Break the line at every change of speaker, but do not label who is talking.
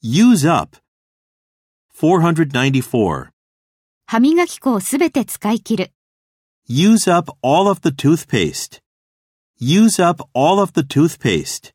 Use up. 494.
歯磨き粉をすべて使い切る。
Use up all of the toothpaste. Use up all of the toothpaste.